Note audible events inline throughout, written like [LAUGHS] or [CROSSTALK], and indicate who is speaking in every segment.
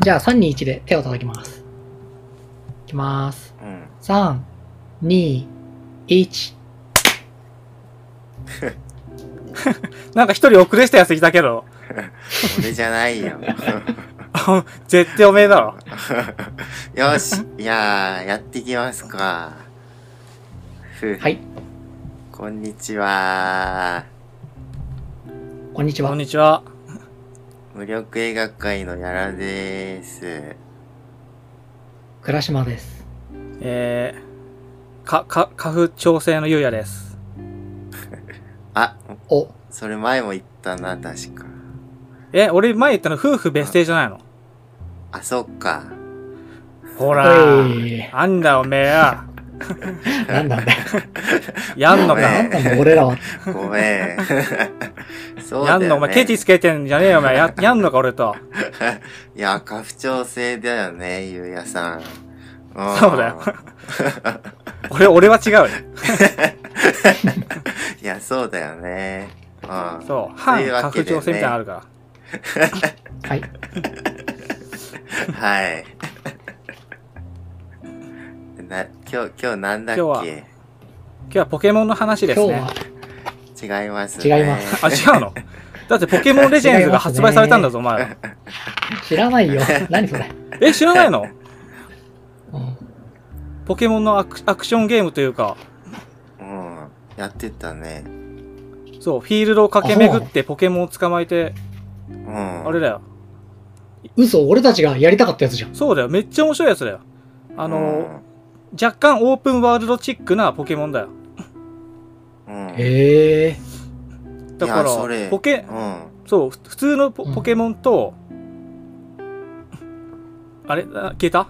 Speaker 1: じゃあ3、2、1で手を叩きます。いきます。
Speaker 2: うん。
Speaker 1: 3、2、1。
Speaker 3: なんか一人遅れしたやついたけど、
Speaker 2: 俺じゃないよ。 [LAUGHS]
Speaker 3: あ絶対おめえだろ。
Speaker 2: よし。いやー、やっていきますか。ふう
Speaker 1: はい、
Speaker 2: こんにちは。
Speaker 1: こんにち
Speaker 3: こ
Speaker 1: は
Speaker 3: ん。にちは。
Speaker 2: 無力映画界のやらです。
Speaker 1: 倉島です。
Speaker 3: えー、か、か、花粉調整のゆうやです。
Speaker 2: あ、
Speaker 1: お、
Speaker 2: それ前も言ったな、確か。
Speaker 3: え、俺前言ったの夫婦別姓じゃないの
Speaker 2: あ、そっか。
Speaker 3: ほ
Speaker 1: ほ
Speaker 3: ら
Speaker 1: い
Speaker 3: なんだおめえや。
Speaker 1: なんなんだ
Speaker 3: [LAUGHS]
Speaker 1: よ。
Speaker 3: やんのか。
Speaker 2: ごめ
Speaker 1: なんなんだ俺らは。
Speaker 2: ごめん。
Speaker 3: [LAUGHS]
Speaker 2: そうだ
Speaker 3: や
Speaker 2: よ、ね。
Speaker 3: んの、お前ケチつけてんじゃねえよ、お前。や、 [LAUGHS] やんのか、俺と。
Speaker 2: いや、過不調性だよね、ゆうやさん。ん
Speaker 3: そうだよ。俺、俺は違うよ。
Speaker 2: いや、そうだよね。うん。
Speaker 3: そ
Speaker 2: と
Speaker 3: う。反
Speaker 2: いうわけ
Speaker 3: 拡
Speaker 2: でね
Speaker 3: 張性みたいなのあるか
Speaker 1: はい。
Speaker 2: はい。な、今日、今日なんだっ
Speaker 3: 今
Speaker 2: け
Speaker 3: ら。今日はポケモンの話で
Speaker 1: 今日
Speaker 3: すね
Speaker 1: は。、
Speaker 2: 違います、ね。
Speaker 1: 違います
Speaker 3: あ、違うのだってポケモンレジェンズが発売されたんだぞ、お前
Speaker 2: [LAUGHS]
Speaker 3: ら。
Speaker 1: 知ら
Speaker 3: [LAUGHS]
Speaker 1: ないよ。何それ。
Speaker 3: え、知らないの
Speaker 1: うん
Speaker 3: ポケモンのアクアクションゲームというか、
Speaker 2: うん。やってたね。
Speaker 3: そう、フィールドを駆け巡ってポケモンを捕まえて、
Speaker 2: うん。
Speaker 3: あれだよ。
Speaker 1: 嘘、俺たちがやりたかったやつじゃん。
Speaker 3: そうだよ。めっちゃ面白いやつだよ。あの、若干オープンワールドチックなポケモンだよ。
Speaker 2: うん、うん。
Speaker 1: へえ。
Speaker 3: だか
Speaker 2: いやそれ
Speaker 3: ら、ポ
Speaker 2: う、
Speaker 3: ケ
Speaker 2: ん。
Speaker 3: そう、ふ普通のポ
Speaker 1: うん
Speaker 3: ポケモンと、あれあ消えた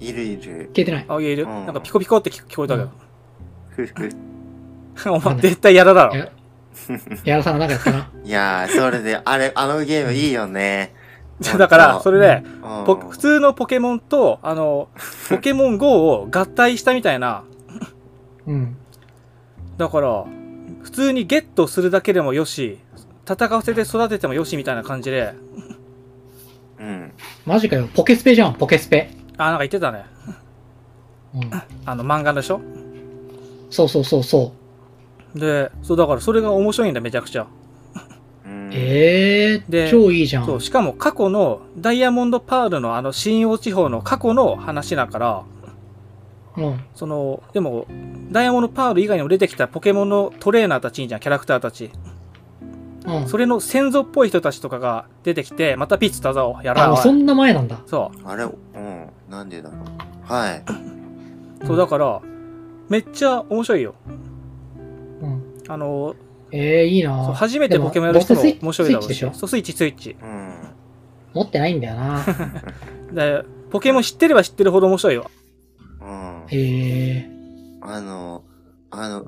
Speaker 2: いるいる。
Speaker 1: 聞いてない。
Speaker 3: あ、消える、
Speaker 2: うん
Speaker 3: なんかピコピコって聞聞こえたけど。
Speaker 2: ふふ。
Speaker 3: [LAUGHS] お
Speaker 1: な
Speaker 3: 前
Speaker 1: んで
Speaker 3: 絶対やらだろ。
Speaker 1: や、やらさんの中やったな。
Speaker 2: いやー、それで、あれ、あのゲームいいよね。
Speaker 3: そう [LAUGHS] だから、それで、
Speaker 2: うん、
Speaker 3: ポ普通のポケモンと、あの、ポケモン GO を合体したみたいな、
Speaker 1: うん。
Speaker 3: だから、普通にゲットするだけでもよし、戦わせて育ててもよしみたいな感じで、
Speaker 2: うん。
Speaker 1: マジかよ。ポケスペじゃん、ポケスペ。
Speaker 3: あ、なんか言ってたね。
Speaker 1: うん。
Speaker 3: あの、漫画でしょ
Speaker 1: そうそうそうそう。
Speaker 3: で、そう、だからそれが面白いんだ、めちゃくちゃ。
Speaker 2: うん。
Speaker 1: ええ
Speaker 3: で
Speaker 1: 超いいじゃん。
Speaker 3: そう、しかも過去のダイヤモンドパールのあの、新王地方の過去の話だから、
Speaker 1: うん。
Speaker 3: その、でも、ダイヤモンドパール以外にも出てきたポケモンのトレーナーたちいいじゃん、キャラクターたち。
Speaker 1: うん。
Speaker 3: それの先祖っぽい人たちとかが出てきて、またピッツ田沢をやら
Speaker 1: あ、
Speaker 3: な
Speaker 1: もう
Speaker 3: い。
Speaker 1: そんな前なんだ。
Speaker 3: そう。
Speaker 2: あれ、うん。なんでだろう。はい。
Speaker 3: そう、だから、めっちゃ面白いよ。
Speaker 1: うん。
Speaker 3: あの、
Speaker 1: ええいい
Speaker 3: そう
Speaker 1: な
Speaker 3: 初めてポケモンやる人も面白いだろうし。
Speaker 1: でも僕
Speaker 3: そう、スイッチ、スイッチ。
Speaker 2: うん。
Speaker 1: 持ってないんだよ
Speaker 2: [LAUGHS]
Speaker 1: な。
Speaker 3: で、ポケモン知ってれば知ってるほど面白いよ。
Speaker 2: うん。
Speaker 1: へえ
Speaker 2: あの、あの、ウ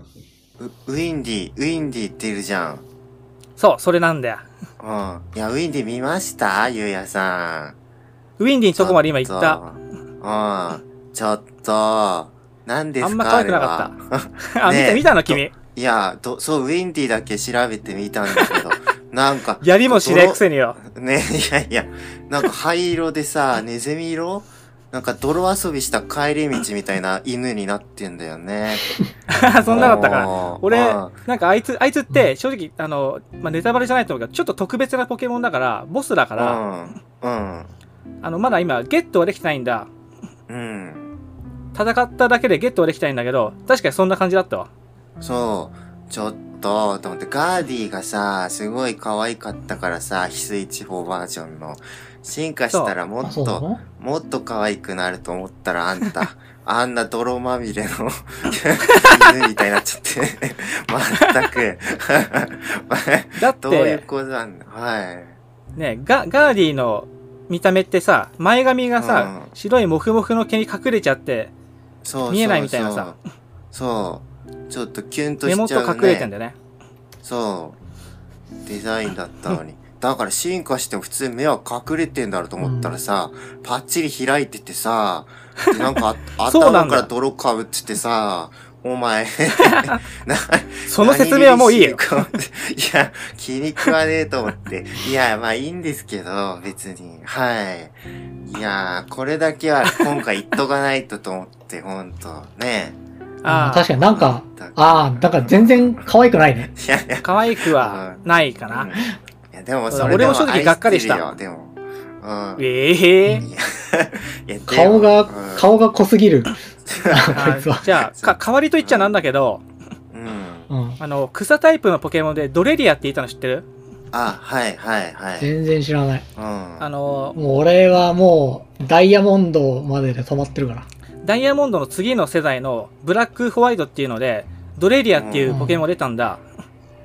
Speaker 2: ウィンディ、ウィンディっているじゃん。うん。
Speaker 3: そう、それなんだよ。
Speaker 2: いや、ウィンディ見ましたゆうやさん。
Speaker 3: ウィンディのとこまで今行った。
Speaker 2: た。うん。ちょっと、何ですか
Speaker 3: あんま可愛くなか
Speaker 2: あれは
Speaker 3: [LAUGHS] あ、見
Speaker 2: ねえ
Speaker 3: た、見たの君。
Speaker 2: いや、ど、そう、ウィンディだけ調べてみたんだけ
Speaker 3: [LAUGHS]
Speaker 2: ど、なんか。
Speaker 3: やりもしねえくせによ。 [LAUGHS]
Speaker 2: ね、いやいや、なんか灰色でさ、ネズミ色なんか泥遊びした帰り道みたいな犬になってんだよね。
Speaker 3: そんなだったから。
Speaker 2: もう
Speaker 3: 俺
Speaker 2: うん、
Speaker 3: なんかあいつ、あいつって、正直、あの、まあ、ネタバレじゃないと思うけど、ちょっと特別なポケモンだから、ボスだから、
Speaker 2: うん。
Speaker 3: あの、まだ今、ゲットはできてないんだ。
Speaker 2: うん。うん。
Speaker 3: 戦っただけでゲットはできてないんだけど、確かにそんな感じだったわ。
Speaker 2: そう。ちょっと、と思って、ガーディがさ、すごい可愛かったからさ、翡翠地方バージョンの。進化したらも
Speaker 1: ー。あ、
Speaker 2: っ
Speaker 1: そうな
Speaker 2: と、
Speaker 1: の
Speaker 2: もっと可愛くなると思ったら、あんた、あんな泥まみれの [LAUGHS] 犬みたいになっちゃって。まったく。 [LAUGHS]
Speaker 3: だっ
Speaker 2: どういう
Speaker 3: て、
Speaker 2: ことなんだはい。
Speaker 3: ね、ガ、ガーディの見た目ってさ、前髪がさ、
Speaker 2: うん
Speaker 3: 白いモフモフの毛に隠れちゃって、
Speaker 2: そうそうそう
Speaker 3: 見えないみたいなさ。
Speaker 2: そう。ちょっとキュンと
Speaker 3: 目
Speaker 2: し
Speaker 3: 元
Speaker 2: ちゃうね。
Speaker 3: 隠れてんだよね。
Speaker 2: そう。デザインだったのに。だから進化しても普通目は隠れてんだろうと思ったらさ、パッチリ開いててさ、でなんかあ
Speaker 3: [LAUGHS] そうなん
Speaker 2: 頭か
Speaker 3: だ
Speaker 2: ら泥かぶっててさ、お前。な
Speaker 3: その説明はもういいよ。
Speaker 2: 何に嬉 [LAUGHS] しいかいや、気に食わねえと思って。いや、まあいいんですけど、別に。はい。いや、これだけは今回言っとかないとと思って、ほんと。ね
Speaker 1: あ
Speaker 3: あ
Speaker 1: ー
Speaker 3: あ
Speaker 1: 確かになんか、
Speaker 2: だから
Speaker 1: ああ、なんか全然可愛くないね。
Speaker 2: いやいや。
Speaker 3: 可愛くはないかな
Speaker 2: うん。いや、でも
Speaker 3: そうだ
Speaker 2: それで
Speaker 3: 俺
Speaker 2: も
Speaker 3: も正直がっかりした
Speaker 2: 愛てるよでも。うん。
Speaker 3: ええ
Speaker 2: いやいやでも
Speaker 1: 顔が、
Speaker 2: うん
Speaker 1: 顔が濃す
Speaker 2: [LAUGHS]
Speaker 1: ぎる。あこいつ
Speaker 3: あ
Speaker 1: は。
Speaker 3: じゃあ、か、代わりと言っちゃなんだけど、
Speaker 2: うん。
Speaker 1: うん。
Speaker 3: あの、草タイプのポケモンでドレリアっていたの知ってる
Speaker 2: あ、はいはいはい。
Speaker 1: 全然知らない。
Speaker 2: うん。
Speaker 3: あの、
Speaker 1: もう俺はもう、ダイヤモンドまでで止まってるから。
Speaker 3: ダイヤモンドの次の世代のブラックホワイトっていうので、ドレリアっていうポケモン出たんだ。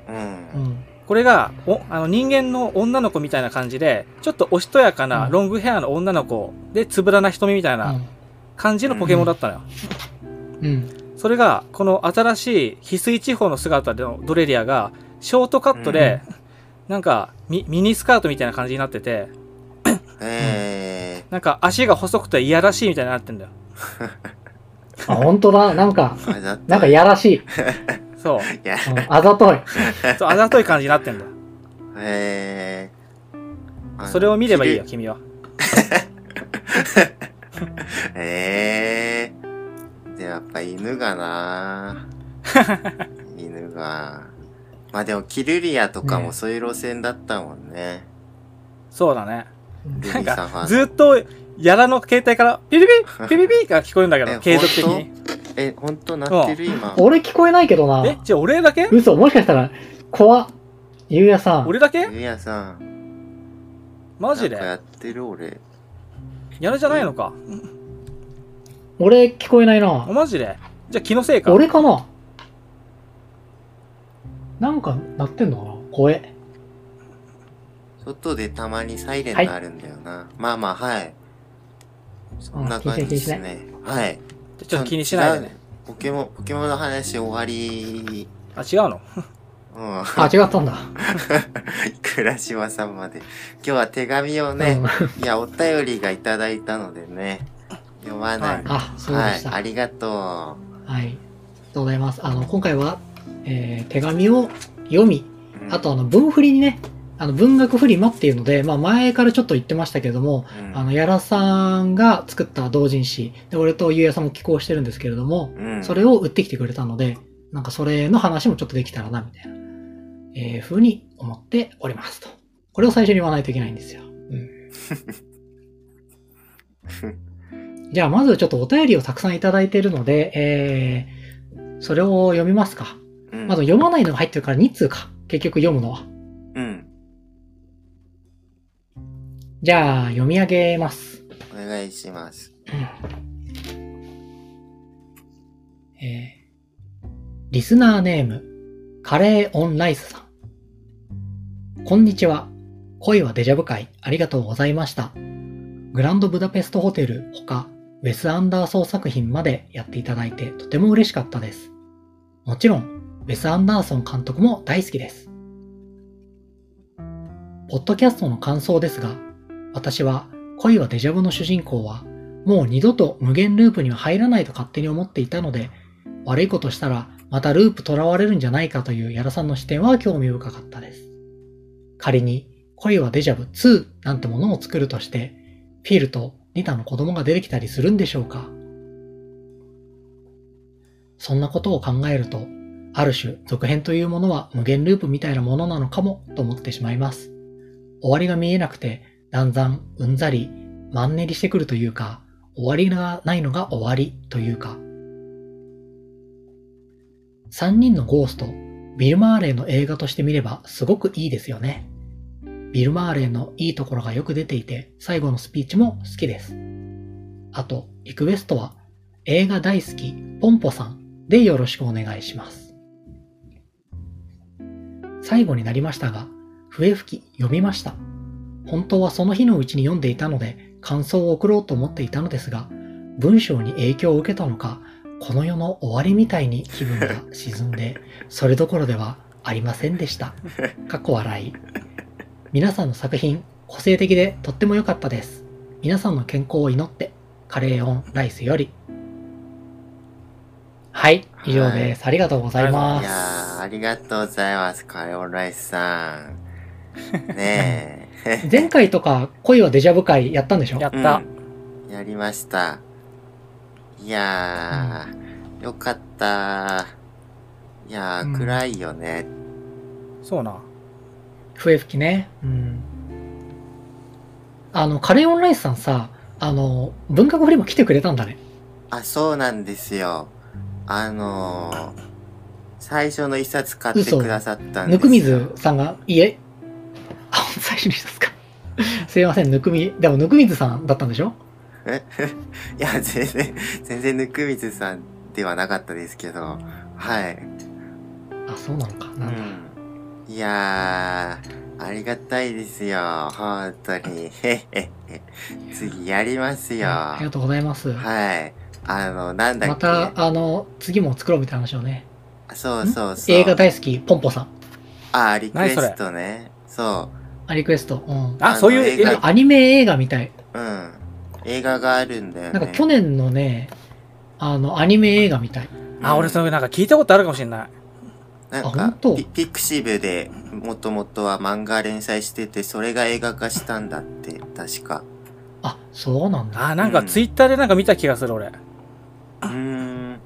Speaker 2: う。
Speaker 1: うんん。
Speaker 3: これが、お、あの、人間の女の子みたいな感じで、ちょっとおしとやかな
Speaker 1: うん。
Speaker 3: ロングヘアの女の子で、つぶらな瞳みたいうなん感じのポケモンだったのよ。
Speaker 1: うん。
Speaker 3: それが、この新しい翡翠地方の姿でのドレリアが、ショートカットで、なんかミ、ミニスカートみたいな感じになってて、
Speaker 2: え
Speaker 3: なんか足が細くていやらしいみたいになってんだよ。
Speaker 1: あ、本当だ。なんか、
Speaker 2: ー、あれだって
Speaker 1: なんかやらしい。うん
Speaker 3: そう。
Speaker 2: いや、
Speaker 1: あざとい。
Speaker 3: そうあざとい感じになってんだよ。
Speaker 2: えー、
Speaker 3: それを見ればいいよ、
Speaker 2: 着る。
Speaker 3: 君は。
Speaker 2: えー、で、やっぱ犬が
Speaker 3: [LAUGHS]
Speaker 2: な犬が。まあでも、キルリアとかも
Speaker 1: ね
Speaker 2: そういう路線だったもんね。
Speaker 3: そうだね。
Speaker 2: ルビ
Speaker 3: なん
Speaker 2: ーサファー
Speaker 3: か、ずっと、やらの携帯から、ピリピリピリピリが聞こえるんだけ
Speaker 2: え
Speaker 3: ど、継続的に。
Speaker 2: [LAUGHS] え、ほんとなってる今。
Speaker 1: 俺聞こえないけどな。
Speaker 3: え、じゃあ俺だけ
Speaker 1: 嘘、もしかしたら、怖っ。ゆうやさん。
Speaker 3: 俺だけ
Speaker 2: キルリアさん。
Speaker 3: マジ
Speaker 2: な
Speaker 3: で
Speaker 2: んかやってる俺。
Speaker 3: やるじゃないのか。
Speaker 1: 俺聞こえないな
Speaker 3: あ。マジでじゃあ気のせいか。
Speaker 1: 俺かななんか鳴ってんのかな声。
Speaker 2: 外でたまにサイレンがあるんだよな。まあまあ、はい。そんな感じですね。はい。
Speaker 3: ちょっと気にしないでね。
Speaker 2: ポケモン、ポケモンの話終わり。
Speaker 3: あ、違うの
Speaker 2: うん。 [LAUGHS]
Speaker 1: あ、違ったんだ。
Speaker 2: 倉島さんまで。今日は手紙をね、いや、お便りがいただいたのでね、読まない。
Speaker 1: うん
Speaker 2: は
Speaker 1: あ、
Speaker 2: い、
Speaker 1: そうでした。
Speaker 2: あ
Speaker 1: はい。
Speaker 2: りがと
Speaker 1: ありがとうございます。あの、今回は、えー手紙を読み、
Speaker 2: う。うん
Speaker 1: あ、とあの、文振りにね、あの、文学フリマっていうので、まあ前からちょっと言ってましたけども、
Speaker 2: うん、
Speaker 1: あの、やらさんが作った同人誌、で、俺とゆうやさんも寄稿してるんですけれども、
Speaker 2: うん、
Speaker 1: それを売ってきてくれたので、なんかそれの話もちょっとできたらな、みたいな、えー、ふうに思っておりますと。これを最初に言わないといけないんですよ。うん。じゃあ、まずちょっとお便りをたくさんいただいているので、えー、それを読みますか。
Speaker 2: うん、
Speaker 1: まず読まないのが入ってるから2通か。結局読むのは。
Speaker 2: うん。
Speaker 1: じゃあ、読み上げます。
Speaker 2: お願いします。
Speaker 1: えーリスナーネーム、カレーオンライスさん。こんにちは。恋はデジャブ会、ありがとうございました。グランドブダペストホテルほか、ウェス・アンダーソー作品までやっていただいてとても嬉しかったです。もちろん、ウェス・アンダーソン監督も大好きです。ポッドキャストの感想ですが、私は恋はデジャブの主人公はもう二度と無限ループには入らないと勝手に思っていたので、悪いことしたらまたループ囚われるんじゃないかという矢田さんの視点は興味深かったです。仮に恋はデジャブ2なんてものを作るとして、フィルとニタの子供が出てきたりするんでしょうかそんなことを考えると、ある種続編というものは無限ループみたいなものなのかもと思ってしまいます。終わりが見えなくて、だんだんうんざり、マンネリしてくるというか、終わりがないのが終わりというか。3人のゴースト、ビル・マーレーの映画として見ればすごくいいですよね。ビル・マーレーのいいところがよく出ていて、最後のスピーチも好きです。あと、リクエストは、映画大好き、ポンポさんでよろしくお願いします。最後になりましたが、笛吹き読みました。本当はその日のうちに読んでいたので、感想を送ろうと思っていたのですが、文章に影響を受けたのか、この世の終わりみたいに気分が沈んで、それどころではありませんでした。過去笑い。皆さんの作品、個性的でとっても良かったです。皆さんの健康を祈って、カレーオンライスより。はい、以上です。ありがとうございま
Speaker 2: いやー、
Speaker 1: す。
Speaker 2: ありがとうございます、カレオンライスさん。
Speaker 1: [LAUGHS]
Speaker 2: ねえ。
Speaker 1: 前回とか恋はデジャブ会やったんでしょ
Speaker 3: やった、
Speaker 2: うん、やりました。いやー、よかったー。いやー、
Speaker 1: うん
Speaker 2: 暗いよね。
Speaker 3: そうな
Speaker 1: 笛吹きね。うん。あの、カレーオンライスさんさ、あの、文学フリマ来てくれたんだね。
Speaker 2: あ、そうなんですよ。あのー、最初の一冊買って
Speaker 1: 嘘
Speaker 2: くださったんで
Speaker 1: ぬ
Speaker 2: す
Speaker 1: くみずさんが、いえ、あ、最初にしたっすか。すいません、ぬくみ、でもぬくみずさんだったんでしょ
Speaker 2: えいや、全然、全然ぬくみずさんではなかったですけど、はい。
Speaker 1: あ、そうなのか。なんだ
Speaker 2: うん、いやー、ありがたいですよ。本当に。 [LAUGHS] へっへっへ次やりますよ。
Speaker 1: ありがとうございます。
Speaker 2: はい。あの、なんだ
Speaker 1: ま
Speaker 2: っけ。
Speaker 1: た、あの、次も作ろうみたいな話をね。
Speaker 2: そうそうそう。
Speaker 1: 映画大好き、ポンポさん。
Speaker 2: あ、リクエストね。そ
Speaker 1: あ、リクエスト。うん。
Speaker 2: あ
Speaker 3: あ
Speaker 2: の
Speaker 3: そういう
Speaker 2: 映
Speaker 3: 映
Speaker 2: 画
Speaker 3: 画
Speaker 1: アニメ映画みたい。
Speaker 2: う。うん。映画があるんだよね。
Speaker 1: なんか去年のね、あの、アニメ映画みたい。
Speaker 3: あ俺
Speaker 2: の、
Speaker 3: それなんか聞いたことあるかもしれない
Speaker 2: なん
Speaker 1: あ
Speaker 2: か
Speaker 1: 本当
Speaker 2: ピ、ピクシブでもともとは漫画連載してて、それが映画化したんだって、確か。
Speaker 1: あ、そうなんだ。
Speaker 3: あなんかツイッターでなんか見た気がする俺
Speaker 2: うーん。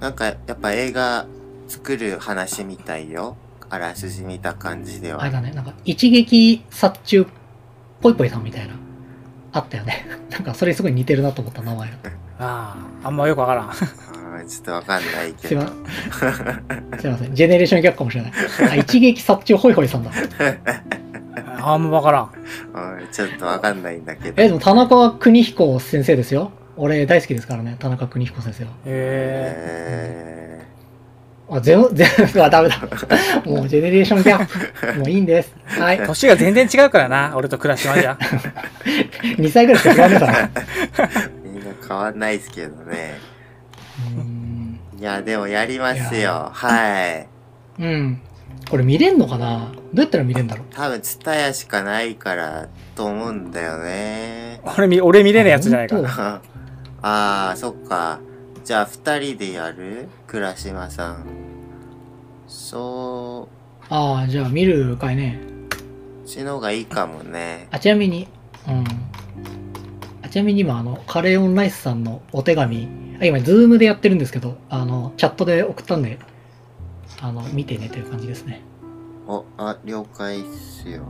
Speaker 2: なんか、やっぱ映画作る話みたいよ。あらすじ見た感じで
Speaker 1: あれ
Speaker 2: は。
Speaker 1: だね、なんか、一撃殺虫、ぽいぽいさんみたいな。あったよね。 [LAUGHS] なんか、それすごい似てるなと思った名前が。
Speaker 3: あああんまよくわからん
Speaker 2: うんちょっとわかんない
Speaker 1: す
Speaker 2: け
Speaker 1: い
Speaker 2: ど。
Speaker 1: ません。すいません。ジェネレーションギャップかもしれない。あ一撃殺虫ホイホイさんだ。
Speaker 2: [LAUGHS]
Speaker 3: あんまわからん
Speaker 2: うんちょっとわかんないんだけど。
Speaker 1: え、でも田中邦彦先生ですよ。俺大好きですからね、田中邦彦先生は。
Speaker 3: へ
Speaker 2: え
Speaker 1: あ、ゼロ、ゼロ、あ、ダメだ。もうジェネレーションギャップ。もういいんです。はい
Speaker 3: え。年が全然違うからな俺と暮らしまじゃ
Speaker 2: [LAUGHS]
Speaker 1: 2歳ぐらいしか違わねえから。
Speaker 2: ー、みんな変わんないですけどね。
Speaker 1: うーん。
Speaker 2: いや、でもやります
Speaker 1: い
Speaker 2: よ。はい。
Speaker 1: うん。これ見れんのかなどうやったら見れんだろう
Speaker 2: 多分、ツタヤしかないから、と思うんだよね。 [LAUGHS]
Speaker 3: 俺み俺見れねえやつじゃないか
Speaker 1: あ本
Speaker 2: ああー、そっか。じゃあ、二人でやる倉島さん。そう。
Speaker 1: ああ、じゃあ見るかいね。
Speaker 2: こっちの方がいいかもね。
Speaker 1: あ、ちなみに、うん。あちなみに今、あの、カレーオンライスさんのお手紙、あ今、ズームでやってるんですけど、あの、チャットで送ったんで、あの、見てねという感じですね。
Speaker 2: お、あ、了解っすよ。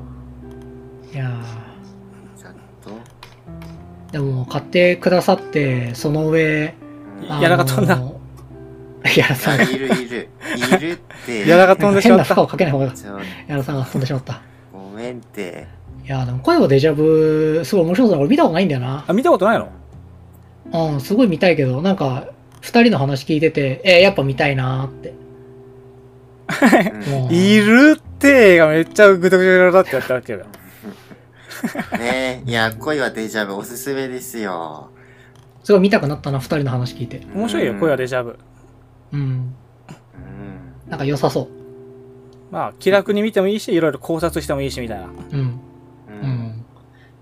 Speaker 1: いや
Speaker 2: ちゃんと。
Speaker 1: ー、でも、買ってくださって、その上、
Speaker 2: うん
Speaker 1: あの
Speaker 3: やらか飛んだ。
Speaker 1: [LAUGHS] やらさんが、
Speaker 2: いるいる。いるって。
Speaker 3: [LAUGHS] やらが飛んでし
Speaker 1: 変
Speaker 3: ま
Speaker 1: な
Speaker 3: っ
Speaker 1: 負
Speaker 3: た
Speaker 1: 荷をかけない方が、
Speaker 2: ちょ
Speaker 1: やらさんが飛んでしまった。
Speaker 2: ごめんって。
Speaker 1: いやー、でも、声はデジャブ、すごい面白そうだ。俺見たことないんだよな。
Speaker 3: あ見たことないの
Speaker 1: うん、すごい見たいけど、なんか、二人の話聞いてて、えーやっぱ見たいなーって。
Speaker 2: うん
Speaker 1: もう
Speaker 3: いるってがめっちゃぐどぐどだってやったわけよ
Speaker 2: ねえ。いや、恋はデジャブおすすめですよ。
Speaker 1: すごい見たくなったな、二人の話聞いて。
Speaker 3: 面白いよ声はデジャブ
Speaker 1: うん。
Speaker 2: うん。
Speaker 1: なんか良さそう。
Speaker 3: まあ気楽に見てもいいしいろいろ考察してもいいしみたいな
Speaker 1: うん。
Speaker 2: う。
Speaker 1: うんん。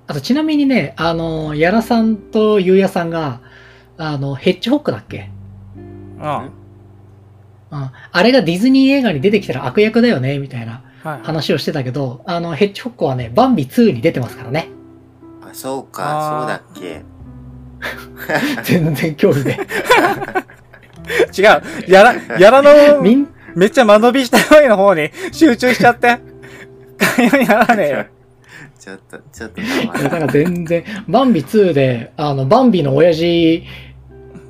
Speaker 1: あと、ちなみにね、あの、やらさんとゆうやさんが、あの、ヘッジホックだっけ
Speaker 3: うん
Speaker 1: うん。あれがディズニー映画に出てきたら悪役だよね、みたいな
Speaker 3: はい
Speaker 1: 話をしてたけど、あの、ヘッジホックはね、バンビ2に出てますからね。
Speaker 2: あ、そうか、
Speaker 3: あ
Speaker 2: そうだ
Speaker 3: ー
Speaker 2: っけ。
Speaker 1: 全然興味で。
Speaker 3: 違うやらやらの
Speaker 1: みん、
Speaker 3: めっちゃ間延びしたようの方に [LAUGHS] 集中しちゃって。会話にならねえよ。
Speaker 2: [LAUGHS] ちょっと、ちょっと黙
Speaker 1: いやだ
Speaker 2: る。
Speaker 1: から全然、バンビ2で、あの、バンビの親父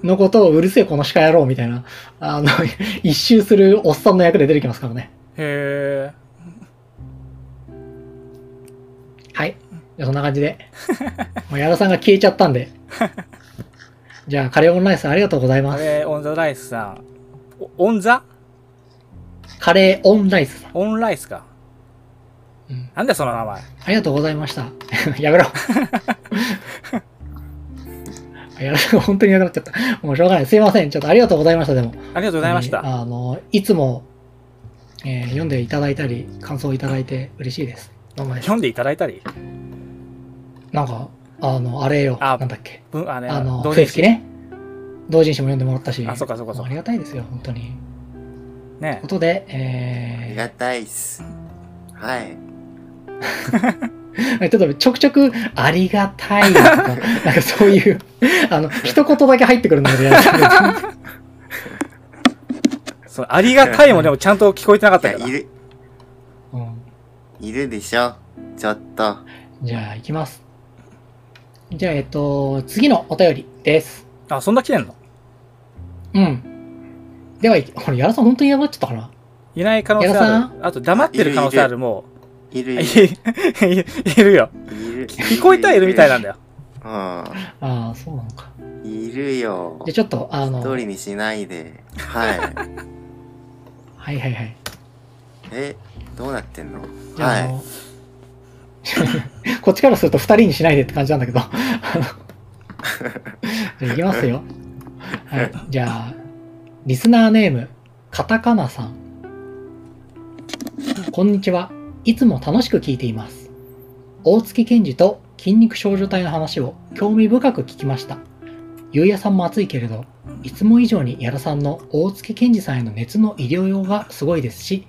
Speaker 1: のことをうるせえこの鹿野郎みたいな、あの、 [LAUGHS] 一周するおっさんの役で出てきますからね。
Speaker 3: へえ。
Speaker 1: はい。じゃあそんな感じで。もう矢田さんが消えちゃったん
Speaker 3: [LAUGHS]
Speaker 1: で。じゃあ、カレーオンライスありがとうござい
Speaker 3: あ
Speaker 1: ます。
Speaker 3: れ、オンザライスさん。おオンザ
Speaker 1: カレーオンライスさん。
Speaker 3: オンライスか。
Speaker 1: うん
Speaker 3: なんでその名前
Speaker 1: ありがとうございました。 [LAUGHS] やめろ。
Speaker 3: [LAUGHS]
Speaker 1: やさん本当になくなっちゃった。もうしょうがない。すいません。ちょっとありがとうございました、でも。
Speaker 3: ありがとうございました。
Speaker 1: あの、いつも、えー読んでいただいたり、感想をいただいて嬉しいです。どうもです
Speaker 3: 読んでいただいたり。
Speaker 1: なんか、あの、あれよ。
Speaker 3: あ
Speaker 1: なんだっけ。
Speaker 3: ぶんあね
Speaker 1: あの、
Speaker 3: 同
Speaker 1: 笛
Speaker 3: 人
Speaker 1: 吹きね。同人誌も読んでもらったし、
Speaker 3: あ、そうかそうかそ
Speaker 1: もうあ
Speaker 3: うか
Speaker 1: り。がたいですよ、本当に。
Speaker 3: ね
Speaker 1: こ。とで、
Speaker 2: あり
Speaker 1: え
Speaker 2: がたいっす。はい。
Speaker 1: [LAUGHS] ー、ちょっとちょくちょく、ありがたいとか、なんかそういう、あの、一言だけ入ってくるのでやる、
Speaker 3: そのありがたいもでもちゃんと聞こえてなかっ
Speaker 2: い
Speaker 3: た
Speaker 2: や、
Speaker 3: から
Speaker 2: い。る、
Speaker 1: うん
Speaker 2: いるでしょ。ちょっと。
Speaker 1: じゃあ、いきます。じゃあ、えっと、次のお便りです。
Speaker 3: あ、そんな来てんの
Speaker 1: うん。では、いきこれ、やらさん本当にやばっちゃったかない
Speaker 3: ない可能性
Speaker 1: 矢田さ
Speaker 3: ある。あと黙ってる可能性ある、も
Speaker 2: いる
Speaker 3: う。
Speaker 2: い
Speaker 3: [LAUGHS] い
Speaker 2: る。
Speaker 3: るいるよ。
Speaker 2: いる。
Speaker 3: 聞こえたらいるみたいなんだよ。
Speaker 2: よ。
Speaker 1: ああ、そうなのか。
Speaker 2: うん。いるよ
Speaker 1: で、。ちょっと、あの、
Speaker 2: 一
Speaker 1: はい
Speaker 2: 人にしないで。
Speaker 1: [LAUGHS]
Speaker 2: はい。
Speaker 1: はいはい。
Speaker 2: え、どうなってんの
Speaker 1: じゃあ、あ
Speaker 2: は
Speaker 1: の [LAUGHS] こっちからすると二人にしないでって感じなんだけど。 [LAUGHS] あのじゃあ、いきますよ。はい。じゃあ、リスナーネーム、カタカナさん。こんにちは。いつも楽しく聞いています。大月健二と筋肉少女隊の話を興味深く聞きました。ゆうやさんも熱いけれど、いつも以上に矢田さんの大月健二さんへの熱の医療用がすごいですし、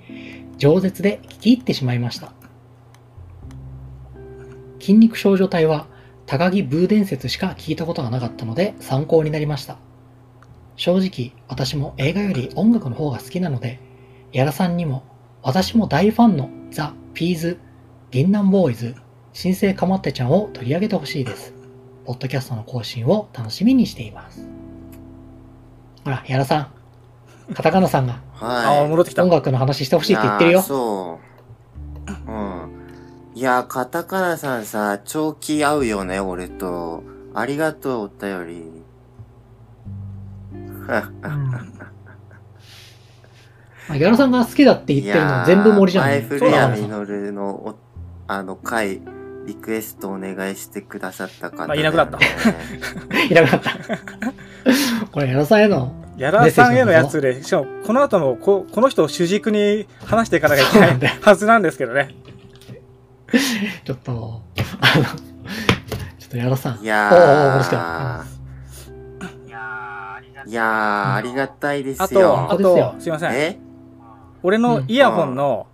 Speaker 1: 饒舌で聞き入ってしまいました。筋肉少女隊は高木ブー伝説しか聞いたことがなかったので参考になりました。正直私も映画より音楽の方が好きなので、矢田さんにも私も大ファンのザ・ピーズ、銀杏ボーイズ、新生かまってちゃんを取り上げてほしいです。ポッドキャストの更新を楽しみにしています。ほら、矢田さん、カタカナさんが
Speaker 2: い。
Speaker 3: あ、
Speaker 2: は
Speaker 3: 戻ってきた
Speaker 1: 音。楽の話してほしいって言ってる
Speaker 2: いやー
Speaker 1: よ。
Speaker 2: そう。うん。いやー、カタカナさんさ、長期合うよね、俺と。ありがとう、お便り。
Speaker 1: まあ、ギャラさんが好きだって言ってるの全部森じゃん、
Speaker 2: いやー
Speaker 1: ね。
Speaker 2: 前
Speaker 3: そう
Speaker 2: 古
Speaker 3: な
Speaker 2: 谷
Speaker 3: の
Speaker 2: 実るのお、あの、回、リクエストお願いしてくださった方、
Speaker 3: あいなく
Speaker 2: [LAUGHS]
Speaker 3: なった
Speaker 2: ね。
Speaker 1: いなくなった。これ、ギャラさんへの。
Speaker 3: 矢田さんへのやつで、しかもこの後もここの人を主軸に話していかなきゃい
Speaker 1: そうなん
Speaker 3: け
Speaker 1: だ
Speaker 3: ないはずなんですけどね。
Speaker 1: ちょっと、あの、ちょっとギャラさん。
Speaker 2: いや
Speaker 1: おうおう戻して
Speaker 2: ー。いやー、ありがたいで
Speaker 3: あ
Speaker 2: すよ。
Speaker 3: と、あ
Speaker 1: そうですよ
Speaker 3: と、すいません。
Speaker 2: え
Speaker 3: 俺のイヤホンの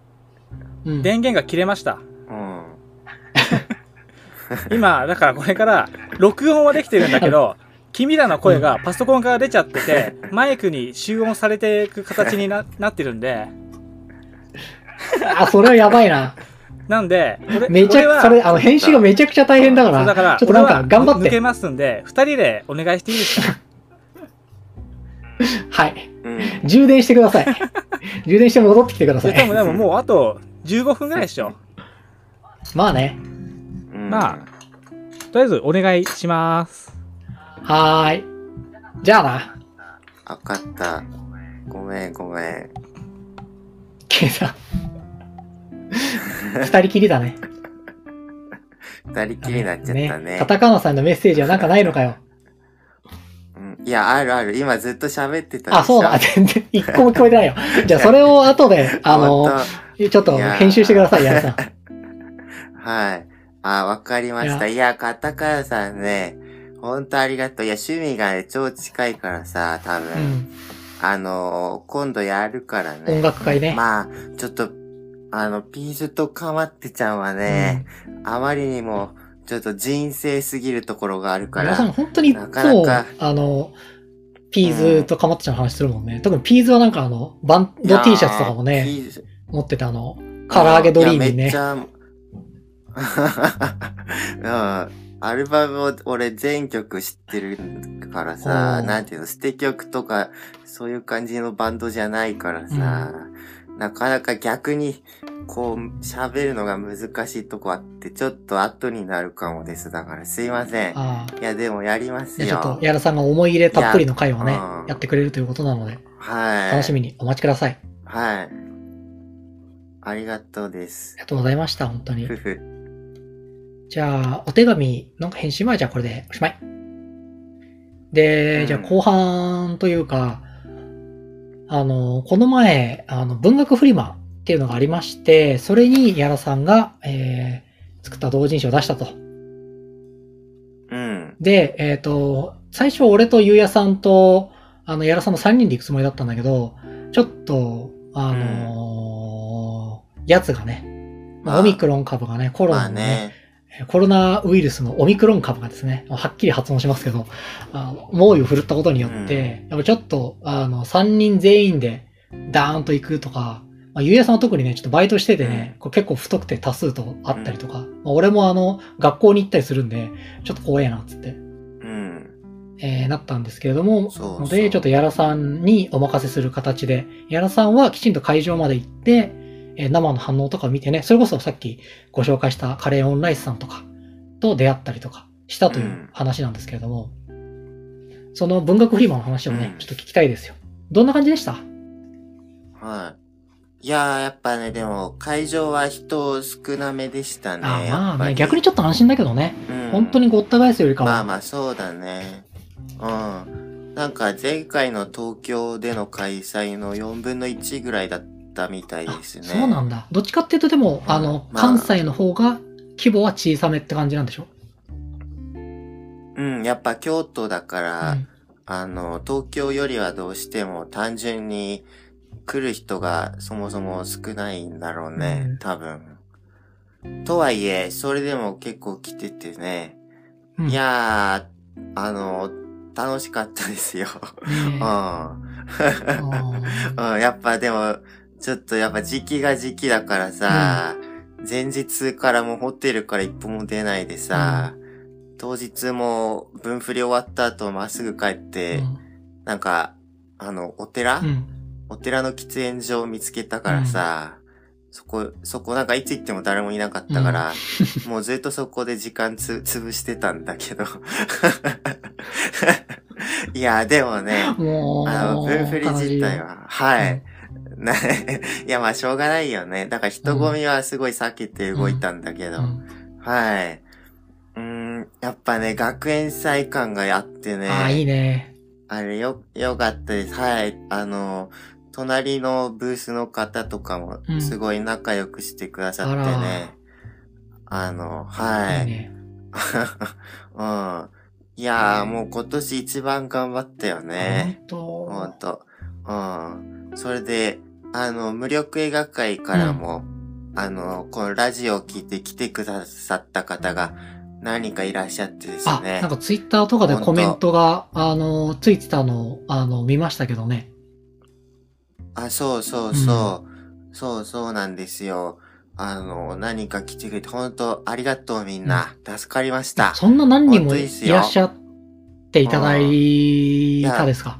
Speaker 1: うん。
Speaker 3: 電源が切れました。
Speaker 2: うん。
Speaker 3: 今、だからこれから、録音はできてるんだけど、
Speaker 1: [LAUGHS]
Speaker 3: 君らの声がパソコンから出ちゃってて、マイクに集音されていく形に
Speaker 1: [LAUGHS]
Speaker 3: ななってるんで、
Speaker 1: あ、それはやばいな。
Speaker 3: なんで、俺
Speaker 1: めち
Speaker 3: 俺
Speaker 1: ゃ
Speaker 3: は
Speaker 1: く、それ、あの、編集がめちゃくちゃ大変だか
Speaker 3: そう
Speaker 1: ら、
Speaker 3: だから、
Speaker 1: ちょっとなん
Speaker 3: 俺
Speaker 1: か
Speaker 3: は
Speaker 1: 頑張っ
Speaker 3: 抜け
Speaker 1: て。
Speaker 3: ますんで、二人でお願いしていいで
Speaker 1: [LAUGHS]
Speaker 3: すか
Speaker 1: はい。
Speaker 2: うん。
Speaker 1: 充電してください。充電して戻ってきてくだ
Speaker 3: そ
Speaker 1: さ
Speaker 3: れとも
Speaker 1: い。
Speaker 3: でももうあと15分ぐらいでしょ。
Speaker 1: まあね。
Speaker 2: うん
Speaker 3: まあとりあえずお願いします。
Speaker 1: はーい。じゃあな。
Speaker 2: あ、わかった。ごめん、ごめん。
Speaker 1: ケイさん。二人きりだね。
Speaker 2: 二人きりになっちゃったね。
Speaker 1: カタカナさんのメッセージはなんかないのか
Speaker 2: [LAUGHS]
Speaker 1: よ。
Speaker 2: うん、いや、あるある。今ずっと喋ってたでしょ。
Speaker 1: あ、そう
Speaker 2: [LAUGHS]
Speaker 1: だ。全然、一個も聞こえてないよ。じゃあ、それを後で、あの、
Speaker 2: 本
Speaker 1: ちょっと編集してください、矢田さ
Speaker 2: 当はい。あ、わかりました。いや、カタカナさんね、ほんとありがとう。いや、趣味がね、超近いからさ、多
Speaker 1: ん。う
Speaker 2: 分。
Speaker 1: ん。
Speaker 2: あのー、今度やるからね。
Speaker 1: 音楽会ね
Speaker 2: まあ、ちょっと、あの、ピースとかまってちゃんはね、あまりにも、ちょっと人生すぎるところがあるか
Speaker 1: 矢田さん、
Speaker 2: ら。
Speaker 1: 本当にいつ
Speaker 2: なかな
Speaker 1: も、
Speaker 2: か
Speaker 1: あの、ピーズとかまってちゃんの話するもんね。特にピーズはなんかあの、バンド T シャツとかも
Speaker 2: いや
Speaker 1: ね、
Speaker 2: ーピース
Speaker 1: 持ってたあの、唐揚げドリーミー
Speaker 2: いやめっ
Speaker 1: ね
Speaker 2: ち。ゃ、 [LAUGHS] うん、アルバムを俺全曲知ってるからさ、
Speaker 1: おー
Speaker 2: なんていうの、捨て曲とか、そういう感じのバンドじゃないからさ、なかなか逆に、こう、喋るのが難しいとこあって、ちょっと後になるかもです。だからすいません。い
Speaker 1: ああ。
Speaker 2: や、でもやります
Speaker 1: じゃあちょっと
Speaker 2: よ、。
Speaker 1: 矢田さんが思い入れたっぷりの回をね
Speaker 2: いやうん、
Speaker 1: やってくれるということなので、
Speaker 2: はい。
Speaker 1: 楽しみにお待ちください。
Speaker 2: はい。ありがとうです
Speaker 1: あり。がとうございました、本当に
Speaker 2: ふ。ふ。
Speaker 1: じゃあ、お手紙、なんか返信前じゃあこれでおしまい。で、
Speaker 2: うん
Speaker 1: じゃあ後半というか、あの、この前、あの、文学フリマっていうのがありまして、それに矢田さんが、えー、作った同人誌を出したと。
Speaker 2: うん。
Speaker 1: で、えっ、と、最初俺とゆうやさんと、あの、やらさんの3人で行くつもりだったんだけど、ちょっと、あのーやつがね、まあ
Speaker 2: まあ
Speaker 1: オミクロン株がね、コロ
Speaker 2: ま
Speaker 1: ナ
Speaker 2: あ
Speaker 1: のね、
Speaker 2: ね。
Speaker 1: コロナウイルスのオミクロン株がですね、はっきり発音しますけど、あ猛威を振るったことによって、やっぱちょっと、あの、3人全員でダーンと行くとか、まあ、ゆうやさんは特にね、ちょっとバイトしててね、こう結構太くて多数とあったりとか、まあ、俺もあの、学校に行ったりするんで、ちょっと怖えな、っつって、
Speaker 2: うん。
Speaker 1: えーなったんですけれども、
Speaker 2: そうそう
Speaker 1: ので、ちょっとやらさんにお任せする形で、やらさんはきちんと会場まで行って、えー生の反応とかを見てね、それこそさっきご紹介したカレーオンライスさんとかと出会ったりとかしたとい
Speaker 2: うん
Speaker 1: う話なんですけれども、その文学フリマの話をね、
Speaker 2: うん
Speaker 1: ちょっと聞きたいですよ。どんな感じでした
Speaker 2: はい。いやー、やっぱね、でも、会場は人少なめでしたね。
Speaker 1: あー
Speaker 2: やっ
Speaker 1: まあ
Speaker 2: ぱ
Speaker 1: ね、
Speaker 2: り
Speaker 1: 逆に、ちょっと安心だけどね、
Speaker 2: うん
Speaker 1: 本当にごった返すよりかは、
Speaker 2: まあまあそうだね。うん。なんか前回の東京での開催の4分の1ぐらいだったみたい
Speaker 1: あ
Speaker 2: ですね。
Speaker 1: そうなんだ。どっちかっていうと、でも、あの、
Speaker 2: まあ
Speaker 1: 関西の方が規模は小さめって感じなんでしょ、
Speaker 2: うん、やっぱ京都だから、
Speaker 1: うん
Speaker 2: あの、東京よりはどうしても単純に来る人がそもそも少ないんだろうね、
Speaker 1: うん
Speaker 2: 多分。とはいえ、それでも結構来ててね。
Speaker 1: うん
Speaker 2: いやー、あの、楽しかったですよ。
Speaker 1: ねえ
Speaker 2: うん。 [LAUGHS]
Speaker 1: あ
Speaker 2: うん、やっぱでも、ちょっとやっぱ時期が時期だからさ、前日からもうホテルから一歩も出ないでさ、当日も分振り終わった後まっすぐ帰って、
Speaker 1: ー
Speaker 2: なんか、あの、お寺、
Speaker 1: うん
Speaker 2: お寺の喫煙所を見つけたからさ、そこ、そこなんかいつ行っても誰もいなかったから、 [LAUGHS] もうずっとそこで時間つ、 [LAUGHS] 潰してたんだけど。 [LAUGHS] いや、でもね、
Speaker 1: もう、
Speaker 2: あの、ブンフリ自体は、はい。な [LAUGHS] いや、まあ、しょうがないよね。だから人混みはすごい避けて動いたんだけ
Speaker 1: 悲しい
Speaker 2: ど。
Speaker 1: よ。うん
Speaker 2: はい。うーん、やっぱね、学園祭感があってね。
Speaker 1: ああ、いいね。
Speaker 2: あれ、よ、よかったです。はい。あの、隣のブースの方とかも
Speaker 1: う、ん
Speaker 2: すごい仲良くしてくださって
Speaker 1: あら
Speaker 2: ね。あの、は
Speaker 1: い
Speaker 2: いい。
Speaker 1: ね。
Speaker 2: [LAUGHS] うん。いやー、もう今年一番頑張ったよね。ほ
Speaker 1: 本
Speaker 2: んと。うん。それで、あの、無力映画界からも、あの、このラジオを聞いて来てくださった方が何人かいらっしゃってです
Speaker 1: 当。あ、
Speaker 2: ね
Speaker 1: なん。かツイッターとかでコメントが、あの、ついてたのを、あの、見ましたけどね。
Speaker 2: あそうそうそう。そうそうなんですよ。あの、何か来てくれて、本当ありがとうみんな。助かりました。
Speaker 1: そんな何人
Speaker 2: 本
Speaker 1: も
Speaker 2: 当
Speaker 1: い
Speaker 2: いいっすよ
Speaker 1: らっしゃっていただいたですか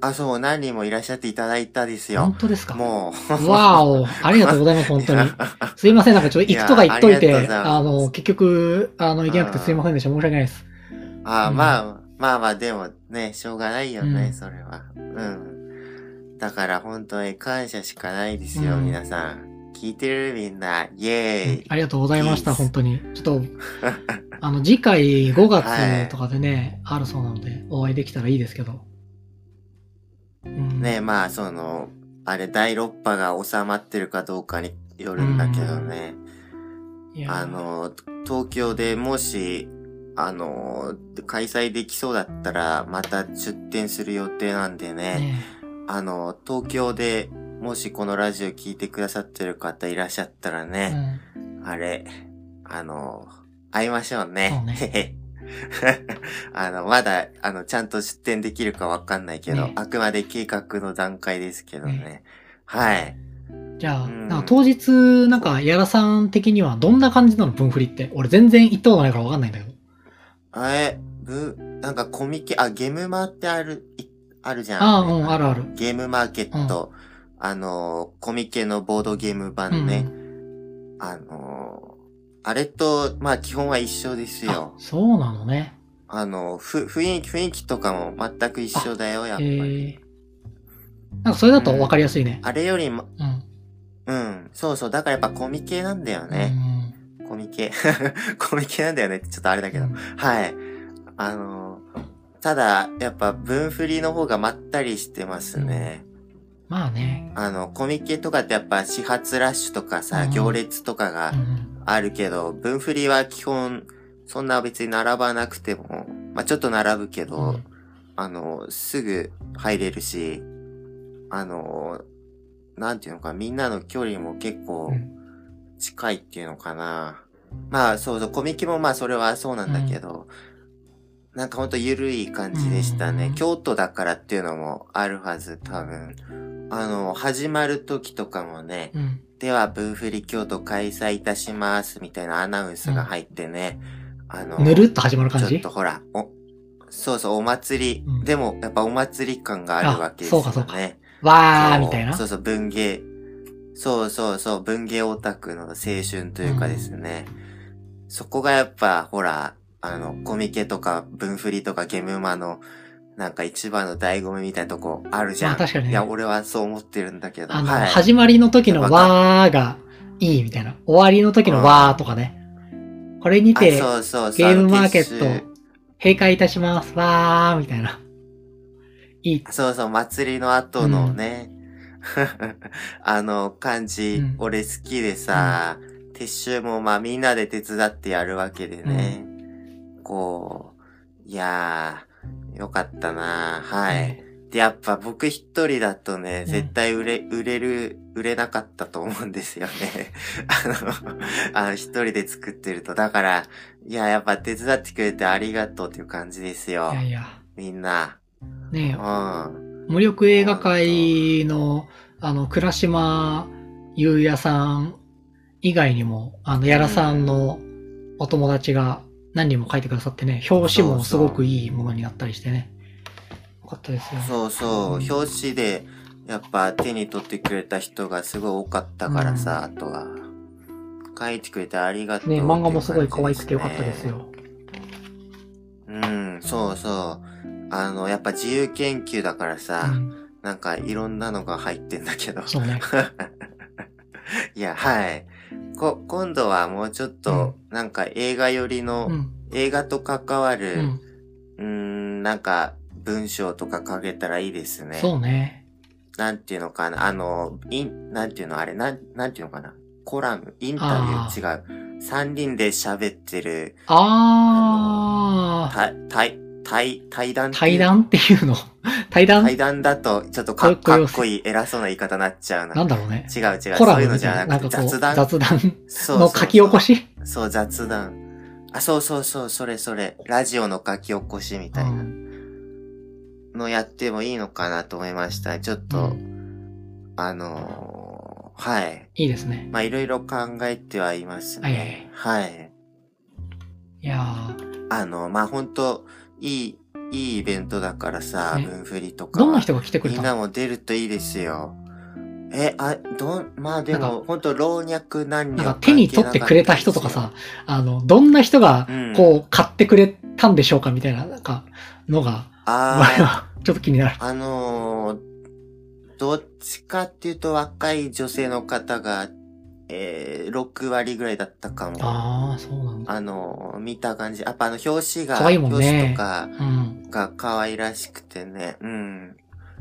Speaker 2: あ、そう、何人もいらっしゃっていただいたですよ
Speaker 1: 本。当ですか
Speaker 2: もう。
Speaker 1: わー
Speaker 2: [LAUGHS]
Speaker 1: お、ありがとうございます、本当に。すいません、なんかちょっと行くとか言っとい
Speaker 2: いやあ
Speaker 1: て、
Speaker 2: りがとうござい
Speaker 1: あ
Speaker 2: ます
Speaker 1: の、結局、あの、行けなくてすいませんでした。申し訳ないです。
Speaker 2: [LAUGHS] ああ、
Speaker 1: うん
Speaker 2: まあ、まあまあ、でもね、しょうがないよね、
Speaker 1: うん
Speaker 2: それは。うん。だから本当に感謝しかないですよ、
Speaker 1: うん
Speaker 2: 皆さん。聞いてるみんな、イエーイ。
Speaker 1: ありがとうございまし
Speaker 2: い
Speaker 1: た、
Speaker 2: いっす
Speaker 1: 本当に。ち
Speaker 2: [LAUGHS]
Speaker 1: ょっと、あの、次回5月とかでね、あるそうなので、お会いできたらいいですけど。うん
Speaker 2: ね、まあ、その、あれ、第6波が収まってるかどうかによるんだけどね。
Speaker 1: いや
Speaker 2: あの、東京でもし、あの、開催できそうだったら、また出展する予定なんでね。
Speaker 1: ね
Speaker 2: あの、東京で、もしこのラジオ聞いてくださってる方いらっしゃったらね。
Speaker 1: うん
Speaker 2: あれ、あの、会いましょう
Speaker 1: そう
Speaker 2: ね。 [LAUGHS] あの、まだ、あの、ちゃんと出展できるかわかんないけど、
Speaker 1: ね
Speaker 2: あくまで計画の段階ですけどね。
Speaker 1: ね
Speaker 2: はい。
Speaker 1: じゃあ、
Speaker 2: うん
Speaker 1: なんか当日、なんか、やらさん的にはどんな感じなの分振りって。俺全然行ったことないからわかんないんだけど。
Speaker 2: あれ、ぶ、なんかコミケ、あ、ゲームマってある、いあるじゃん。
Speaker 1: ああ、うん、あるある。
Speaker 2: ゲームマーケット、あの、コミケのボードゲーム版ね。あの、あれと、まあ基本は一緒です
Speaker 1: うん、あ
Speaker 2: よ。、
Speaker 1: そうなのね。
Speaker 2: あの、ふ、雰囲気、雰囲気とかも全く一緒だよ、やっぱ
Speaker 1: えー、
Speaker 2: り。
Speaker 1: なんかそれだとわかりやすいね。
Speaker 2: あれよりも、
Speaker 1: うん。
Speaker 2: うん、そうそう、だからやっぱコミケなんだよ
Speaker 1: う
Speaker 2: ね。
Speaker 1: ん
Speaker 2: コミケ。 [LAUGHS] コミケなんだよねってちょっとあれだけど。はい。あの、ただ、やっぱ分振りの方がまったりしてますね。
Speaker 1: まあね。
Speaker 2: あの、コミケとかってやっぱ始発ラッシュとか
Speaker 1: う
Speaker 2: さ、
Speaker 1: ん
Speaker 2: 行列とかが
Speaker 1: うん
Speaker 2: あるけど、分振りは基本、そんな別に並ばなくても、まあちょっと並ぶけど、
Speaker 1: うん
Speaker 2: あの、すぐ入れるし、あの、なんていうのか、みんなの距離も結構
Speaker 1: うん
Speaker 2: 近いっていうのかな。まあそうそう、コミケもまあそれはそうなんだけど、なんかほんと緩い感じでしたね。
Speaker 1: うん
Speaker 2: 京都だからっていうのもあるはず、多分。あの、始まる時とかもね、
Speaker 1: うん
Speaker 2: ではブーフリ京都開催いたしますみたいなアナウンスが入ってね、あの、
Speaker 1: ぬるっと始まる感
Speaker 2: ちょ
Speaker 1: じ
Speaker 2: っとほら、お、そうそう、お祭り、
Speaker 1: うん
Speaker 2: でも、やっぱお祭り感があるわけです
Speaker 1: あそうかそう
Speaker 2: よ
Speaker 1: か
Speaker 2: ね。
Speaker 1: わ
Speaker 2: そ
Speaker 1: ー
Speaker 2: う
Speaker 1: みたいな
Speaker 2: そうそう、文芸。そうそうそう、文芸オタクの青春というかですね。そこがやっぱ、ほら、あの、コミケとか、文振りとか、ゲムマの、なんか一番の醍醐味みたいなとこあるじゃ
Speaker 1: ま
Speaker 2: ん。
Speaker 1: あ確かにね
Speaker 2: いや、俺はそう思ってるんだけど。
Speaker 1: あの、
Speaker 2: はい。
Speaker 1: 始まりの時の
Speaker 2: わか
Speaker 1: わーがいいみたいな。終わりの時のわーとかね。これにて
Speaker 2: あ、そうそうそう
Speaker 1: ゲームマーケ
Speaker 2: あの
Speaker 1: ッ
Speaker 2: 撤収
Speaker 1: ト閉会いたします。わーみたいな。いい。
Speaker 2: そうそう、祭りの後のね、 [LAUGHS] あの、感じ、
Speaker 1: うん
Speaker 2: 俺好きでさ、撤収もまあみんなで手伝ってやるわけでね、こう、いやー、よかったなはい。で、やっぱ僕一人だとね、
Speaker 1: うん
Speaker 2: 絶対売れ、売れる、売れなかったと思うんですよね。 [LAUGHS] あの、あの一人で作ってると。だから、いや、やっぱ手伝ってくれてありがとうっていう感じですよ
Speaker 1: い。やいや。
Speaker 2: みんな。
Speaker 1: ね
Speaker 2: うん。
Speaker 1: え、無力映画界の、あの、倉島優也さん以外にも、あの、やらさんのお友達が何人も書いてくださってね、表紙もすごくいいものになったりしてね。よかったですよ。
Speaker 2: そうそう、表紙でやっぱ手に取ってくれた人がすごい多かったからさ、あとは。書いてくれてありがとう
Speaker 1: ね、漫画もすごい
Speaker 2: って
Speaker 1: 可
Speaker 2: 感
Speaker 1: 愛
Speaker 2: じ
Speaker 1: くてよかったです。よ。
Speaker 2: うん、そうそう。あの、やっぱ自由研究だから
Speaker 1: う
Speaker 2: さ、
Speaker 1: ん、
Speaker 2: なんかいろんなのが入ってんだけど。
Speaker 1: そうね。
Speaker 2: [LAUGHS] いや、はい。こ、今度はもうちょっと、なんか映画寄りの、
Speaker 1: うん。
Speaker 2: 映画と関わ
Speaker 1: う
Speaker 2: る、
Speaker 1: ん。
Speaker 2: うーん、なんか文章とか書けたらいいですね。
Speaker 1: そうね。
Speaker 2: なんていうのかな、あの、イン、なんていうの、あれ、なん、なんていうのかな、コラム、インタビュ
Speaker 1: あ
Speaker 2: ー、違う。三人で喋ってる、
Speaker 1: あ
Speaker 2: た、対、対、対談
Speaker 1: ー、
Speaker 2: ってい
Speaker 1: 対
Speaker 2: う
Speaker 1: 談っていう
Speaker 2: [LAUGHS]
Speaker 1: の対談
Speaker 2: 対談だと、ちょっとか
Speaker 1: かっ
Speaker 2: っ
Speaker 1: こ
Speaker 2: か
Speaker 1: よ
Speaker 2: っ
Speaker 1: す
Speaker 2: こいい、偉そうな言い方になっちゃうな。
Speaker 1: なんだろうね。
Speaker 2: 違う違う、
Speaker 1: コラ
Speaker 2: そう
Speaker 1: ム
Speaker 2: いうの
Speaker 1: み
Speaker 2: じゃ
Speaker 1: たいな、
Speaker 2: な
Speaker 1: なん
Speaker 2: くて、
Speaker 1: かこう、
Speaker 2: 雑談。
Speaker 1: 雑談
Speaker 2: そうそう
Speaker 1: の
Speaker 2: そう
Speaker 1: 書き起こし
Speaker 2: そう、雑談。あ、そうそうそう、それそれ。ラジオの書き起こしみたいなのやってもいいのかなと思いました。ちょっ
Speaker 1: う
Speaker 2: と、
Speaker 1: ん
Speaker 2: あのーはい。
Speaker 1: いいですね。
Speaker 2: まあ、いろいろ考えてはいますね。はい。
Speaker 1: いやー
Speaker 2: あの、まあ、ほんと、いい、いいイベントだからさ、
Speaker 1: ね
Speaker 2: 文振りとかは。
Speaker 1: どんな人が来てくれ
Speaker 2: みん
Speaker 1: た
Speaker 2: な
Speaker 1: の
Speaker 2: も出るといいですよ。え、あ、どん、まあで
Speaker 1: なん
Speaker 2: も、ほんと老若男女
Speaker 1: なんか手に取ってくれた人とかさ、あの、どんな人が
Speaker 2: うん、
Speaker 1: こう買ってくれたんでしょうかみたいな、なんか、のが、
Speaker 2: あ
Speaker 1: [LAUGHS] ちょっと気になる
Speaker 2: あ、。あのーどっちかっていうと若い女性の方が、えー、6割ぐらいだったかも。
Speaker 1: あ
Speaker 2: あ
Speaker 1: ー、そうなんだ。
Speaker 2: のー見た感じ。やっぱあの、表紙が、
Speaker 1: 可愛いもんね
Speaker 2: 表紙とか、
Speaker 1: うん。
Speaker 2: が可愛らしくてね、うん。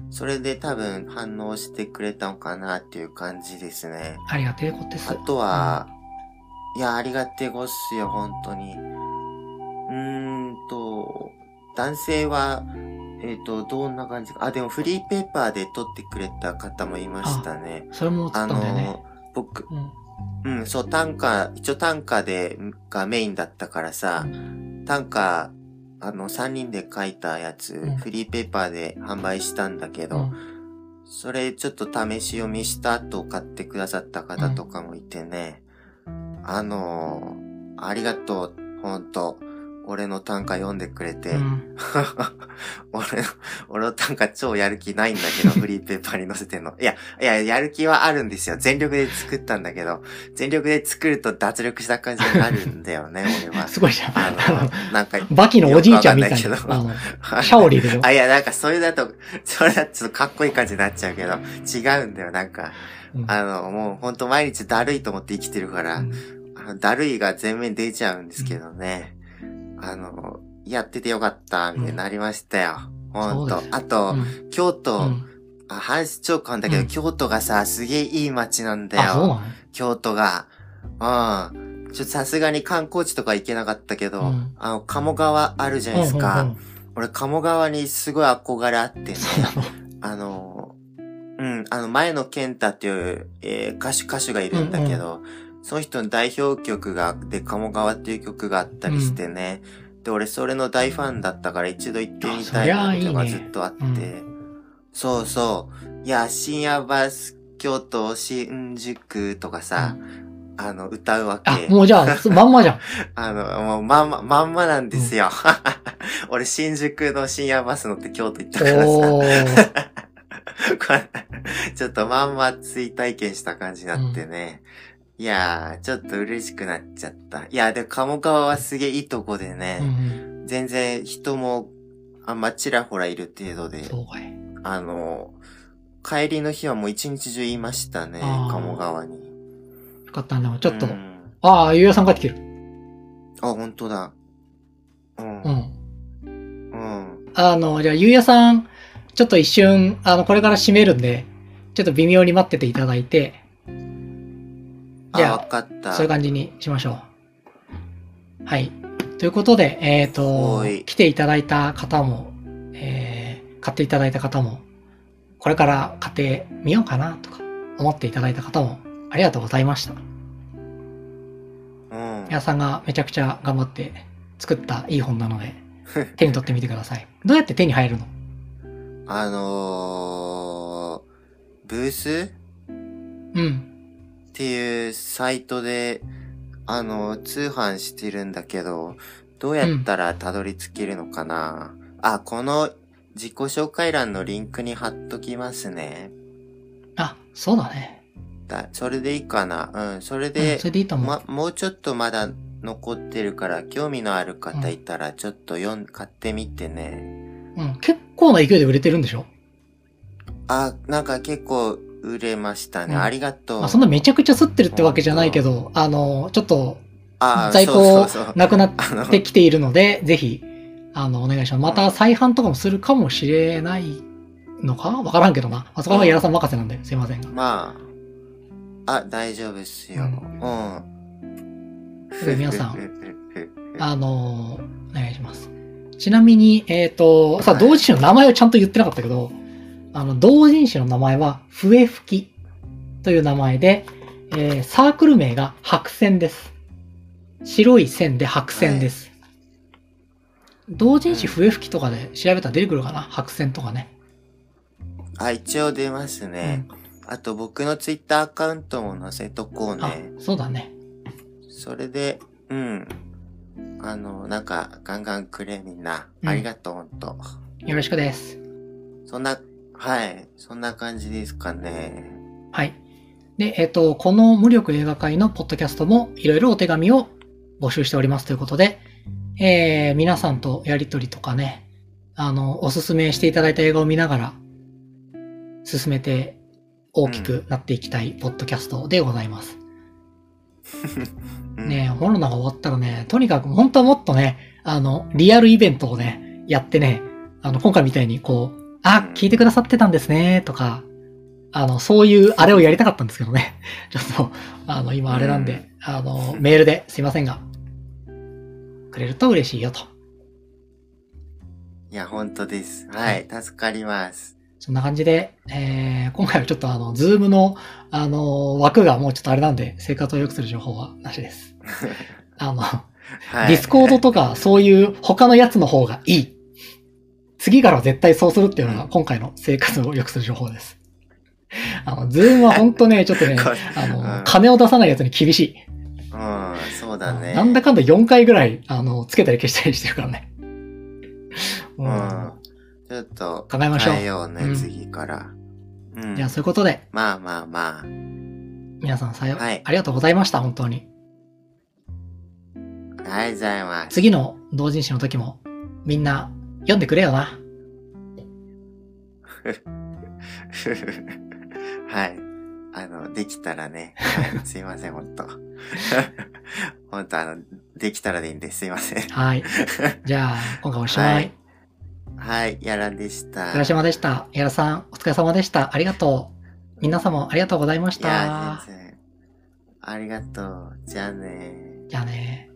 Speaker 2: それで多分反応してくれたのかなっていう感じですね。
Speaker 1: ありがてえことです。
Speaker 2: あとは、いや、ありがてえごっすよ、本当に。うーんと、男性は、えっ、と、どんな感じか。あ、でもフリーペーパーで撮ってくれた方もいましたね。
Speaker 1: それも映っ
Speaker 2: あ
Speaker 1: たんだよね。
Speaker 2: の、僕、
Speaker 1: うん
Speaker 2: うん、そう、短歌、一応短歌で、がメインだったからさ、短歌、あの、3人で書いたやつ、
Speaker 1: うん
Speaker 2: フリーペーパーで販売したんだけ
Speaker 1: う
Speaker 2: ど、
Speaker 1: ん
Speaker 2: それちょっと試し読みした後買ってくださった方とかもいてね、あのー、ありがとう、ほんと、俺の短歌読んでくれて、
Speaker 1: うん。
Speaker 2: [LAUGHS] 俺の、俺の短歌超やる気ないんだけど、
Speaker 1: [LAUGHS]
Speaker 2: フリーペーパーに載せてんの。いや、いや、やる気はあるんですよ。全力で作ったんだけど、全力で作ると脱力した感じになるんだよ
Speaker 1: [LAUGHS]
Speaker 2: ね、俺は。
Speaker 1: すごいじゃん。
Speaker 2: あ
Speaker 1: [LAUGHS] あの
Speaker 2: の、なんか、
Speaker 1: バキのおじいちゃんみたいな
Speaker 2: よ。くわ
Speaker 1: あ
Speaker 2: かん
Speaker 1: の、シャオリーでしょ
Speaker 2: [LAUGHS] あ、いや、なんかそれだと、それだとちょっとかっこいい感じになっちゃうけど、違うんだよ、なんか。
Speaker 1: うん
Speaker 2: あの、もうほんと毎日だるいと思って生きてるから、
Speaker 1: うん
Speaker 2: あのだるいが全面に出ちゃうんですけどね。あの、やっててよかった、みたいになりましたよ。ほん
Speaker 1: そう
Speaker 2: と
Speaker 1: で。
Speaker 2: あ
Speaker 1: う
Speaker 2: と、
Speaker 1: ん
Speaker 2: 京都、
Speaker 1: うん
Speaker 2: あ、阪神超感だけど、
Speaker 1: うん
Speaker 2: 京都がさ、すげえいい街なんだ
Speaker 1: あ、そうな
Speaker 2: よ。
Speaker 1: の
Speaker 2: 京都が。うん。ちょっとさすがに観光地とか行けなかったけど、
Speaker 1: うん
Speaker 2: あの、鴨川あるじゃないですか。
Speaker 1: うんうんうん
Speaker 2: 俺、鴨川にすごい憧れあってね、
Speaker 1: そうなの。
Speaker 2: あの、うん、あの、前野健太っていう、えー歌手、歌手がいるんだけど、その人の代表曲が、で、鴨川っていう曲があったりしてね、で、俺、それの大ファンだったから一度行ってみ
Speaker 1: あそ
Speaker 2: たいなこと
Speaker 1: りゃい
Speaker 2: が
Speaker 1: いね
Speaker 2: ずっとあって、
Speaker 1: う
Speaker 2: そうそう、いや、深夜バス、京都、新宿とかさ、あの、歌うわけ。
Speaker 1: あ、もうじゃあ、そまんま
Speaker 2: [LAUGHS]
Speaker 1: じゃん。
Speaker 2: あの、もうまんま、まんまなんですよ。 [LAUGHS] 俺、新宿の深夜バス乗って京都行ったからさ。
Speaker 1: おー。
Speaker 2: これ [LAUGHS] ちょっとまんま追体験した感じになってね。いやー、ちょっと嬉しくなっちゃった。いや、で、鴨川はすげえいいとこで
Speaker 1: うん
Speaker 2: ね、全然人もあんまちらほらいる程度
Speaker 1: う
Speaker 2: で
Speaker 1: ん、そうかい。
Speaker 2: あの、帰りの日はもう一日中いましたね、
Speaker 1: あー
Speaker 2: 鴨川に。
Speaker 1: よかったな。ちょっと。
Speaker 2: うん
Speaker 1: ああ、ゆうやさん帰ってきてる。
Speaker 2: あ、本当だ。うん。
Speaker 1: う
Speaker 2: うん。
Speaker 1: ん。あの、じゃあ、ゆうやさん、ちょっと一瞬、あの、これから閉めるんで、ちょっと微妙に待ってていただいて、
Speaker 2: あ、
Speaker 1: じゃあ
Speaker 2: わかった。
Speaker 1: そういう感じにしましょう。はい。ということで、えっ、と
Speaker 2: おい、
Speaker 1: 来ていただいた方も、えー買っていただいた方も、これから買ってみようかなとか思っていただいた方も、ありがとうございました。
Speaker 2: うん。
Speaker 1: 皆さんがめちゃくちゃ頑張って作ったいい本なの
Speaker 2: [LAUGHS]
Speaker 1: で、手に取ってみてください。どうやって手に入るの
Speaker 2: あのー、ブース
Speaker 1: うん。
Speaker 2: っていうサイトで、あの、通販してるんだけど、どうやったらたどり着けるのかな、あ、この自己紹介欄のリンクに貼っときますね。
Speaker 1: あ、そうだね。
Speaker 2: だ、それでいいかなうん、それ
Speaker 1: う
Speaker 2: で
Speaker 1: ん、それでいいと思う。
Speaker 2: ま、もうちょっとまだ残ってるから、興味のある方いたら、ちょっと読ん、買ってみてね。
Speaker 1: うん。結構な勢いで売れてるんでしょ
Speaker 2: あ、なんか結構売れましたね。
Speaker 1: うん
Speaker 2: ありがとう。
Speaker 1: まあ、そんなめちゃくちゃ吸ってるってわけじゃないけど、あの、ちょっと
Speaker 2: あ
Speaker 1: 在庫
Speaker 2: そうそうそう
Speaker 1: なくなっ
Speaker 2: あの
Speaker 1: てきているので、ぜひ、あの、お願いします。また再販とかもするかもしれないのかわからんけどな。あそこはやらさん任せなんで、すいませんが。
Speaker 2: まあ、あ、大丈夫っすよ。
Speaker 1: う
Speaker 2: うんん。
Speaker 1: で皆さん
Speaker 2: あ、
Speaker 1: あの、お願いします。ちなみに、えっ、と、さ、
Speaker 2: はい
Speaker 1: 同人誌の名前をちゃんと言ってなかったけど、あの、同人誌の名前は、笛吹きという名前で、えーサークル名が白線です。白い線で白線です。同人誌
Speaker 2: うん
Speaker 1: 笛吹きとかで調べたら出てくるかな白線とかね。
Speaker 2: あ、一応出ますね。あと僕のツイッターアカウントも載せとこう
Speaker 1: うんあ
Speaker 2: ね。、
Speaker 1: そうだね。
Speaker 2: それで、うん。あの、なんか、ガンガンくれみんな。
Speaker 1: うん
Speaker 2: ありがとう、ほんと。
Speaker 1: よろしくです。
Speaker 2: そんな、はい。そんな感じですかね。
Speaker 1: はい。で、えっ、と、この無力映画会のポッドキャストもいろいろお手紙を募集しておりますということで、えー、皆さんとやりとりとかね、あの、おすすめしていただいた映画を見ながら、進めて大きくなっていきたいポッドキャストでございます。
Speaker 2: うん、
Speaker 1: ねコロナが終わったらね、とにかく本当はもっとね、あの、リアルイベントをね、やってね、あの、今回みたいにこう、あ
Speaker 2: う、ん
Speaker 1: 聞いてくださってたんですね、とか、あの、そういうあれをやりたかったんですけどね。 [LAUGHS] ちょっと、あの、今あれなんで、
Speaker 2: うん
Speaker 1: あの、メールですいませんが、くれると嬉しいよと。
Speaker 2: いや、ほんとです。はい。助かります。
Speaker 1: そんな感じで、えー、今回はちょっとあの、ズームの、あの、枠がもうちょっとあれなんで、生活を良くする情報はなし
Speaker 2: [LAUGHS]
Speaker 1: です。あの、
Speaker 2: はい。
Speaker 1: ディスコードとか、そういう他のやつの方がいい。次からは絶対そうするっていうのが、今回の生活を良くする情報です。あの、ズームは本当ね、ちょっとね、
Speaker 2: [LAUGHS] これ
Speaker 1: あ
Speaker 2: う
Speaker 1: の、
Speaker 2: ん
Speaker 1: 金を出さないやつに厳しい。
Speaker 2: うん、そうだね。
Speaker 1: なんだかんだ4回ぐらい、あの、つけたり消したりしてるからね。う
Speaker 2: うんん。ちょっと、
Speaker 1: 考えましょう
Speaker 2: 変えようね、
Speaker 1: うん
Speaker 2: 次から。うん。
Speaker 1: じゃあ、そういうことで、
Speaker 2: まあまあまあ。
Speaker 1: 皆さんさよ、
Speaker 2: はい
Speaker 1: ありがとうございました、本当に。
Speaker 2: ありがとうございます。
Speaker 1: 次の同人誌の時も、みんな、読んでくれよな。
Speaker 2: [LAUGHS] はい。あの、できたらね。はいすいません、ほんと。 [LAUGHS] ほんと、あの、できたらでいいんです。すいません。 [LAUGHS]
Speaker 1: はい。じゃあ、今回おしま
Speaker 2: はいい、はい、やらんでした。
Speaker 1: お疲れ様でした。やらさん、お疲れ様でした。ありがとう。皆様、ありがとうございまし
Speaker 2: いや、
Speaker 1: た。
Speaker 2: 全然。ありがとう。じゃあね。
Speaker 1: やね。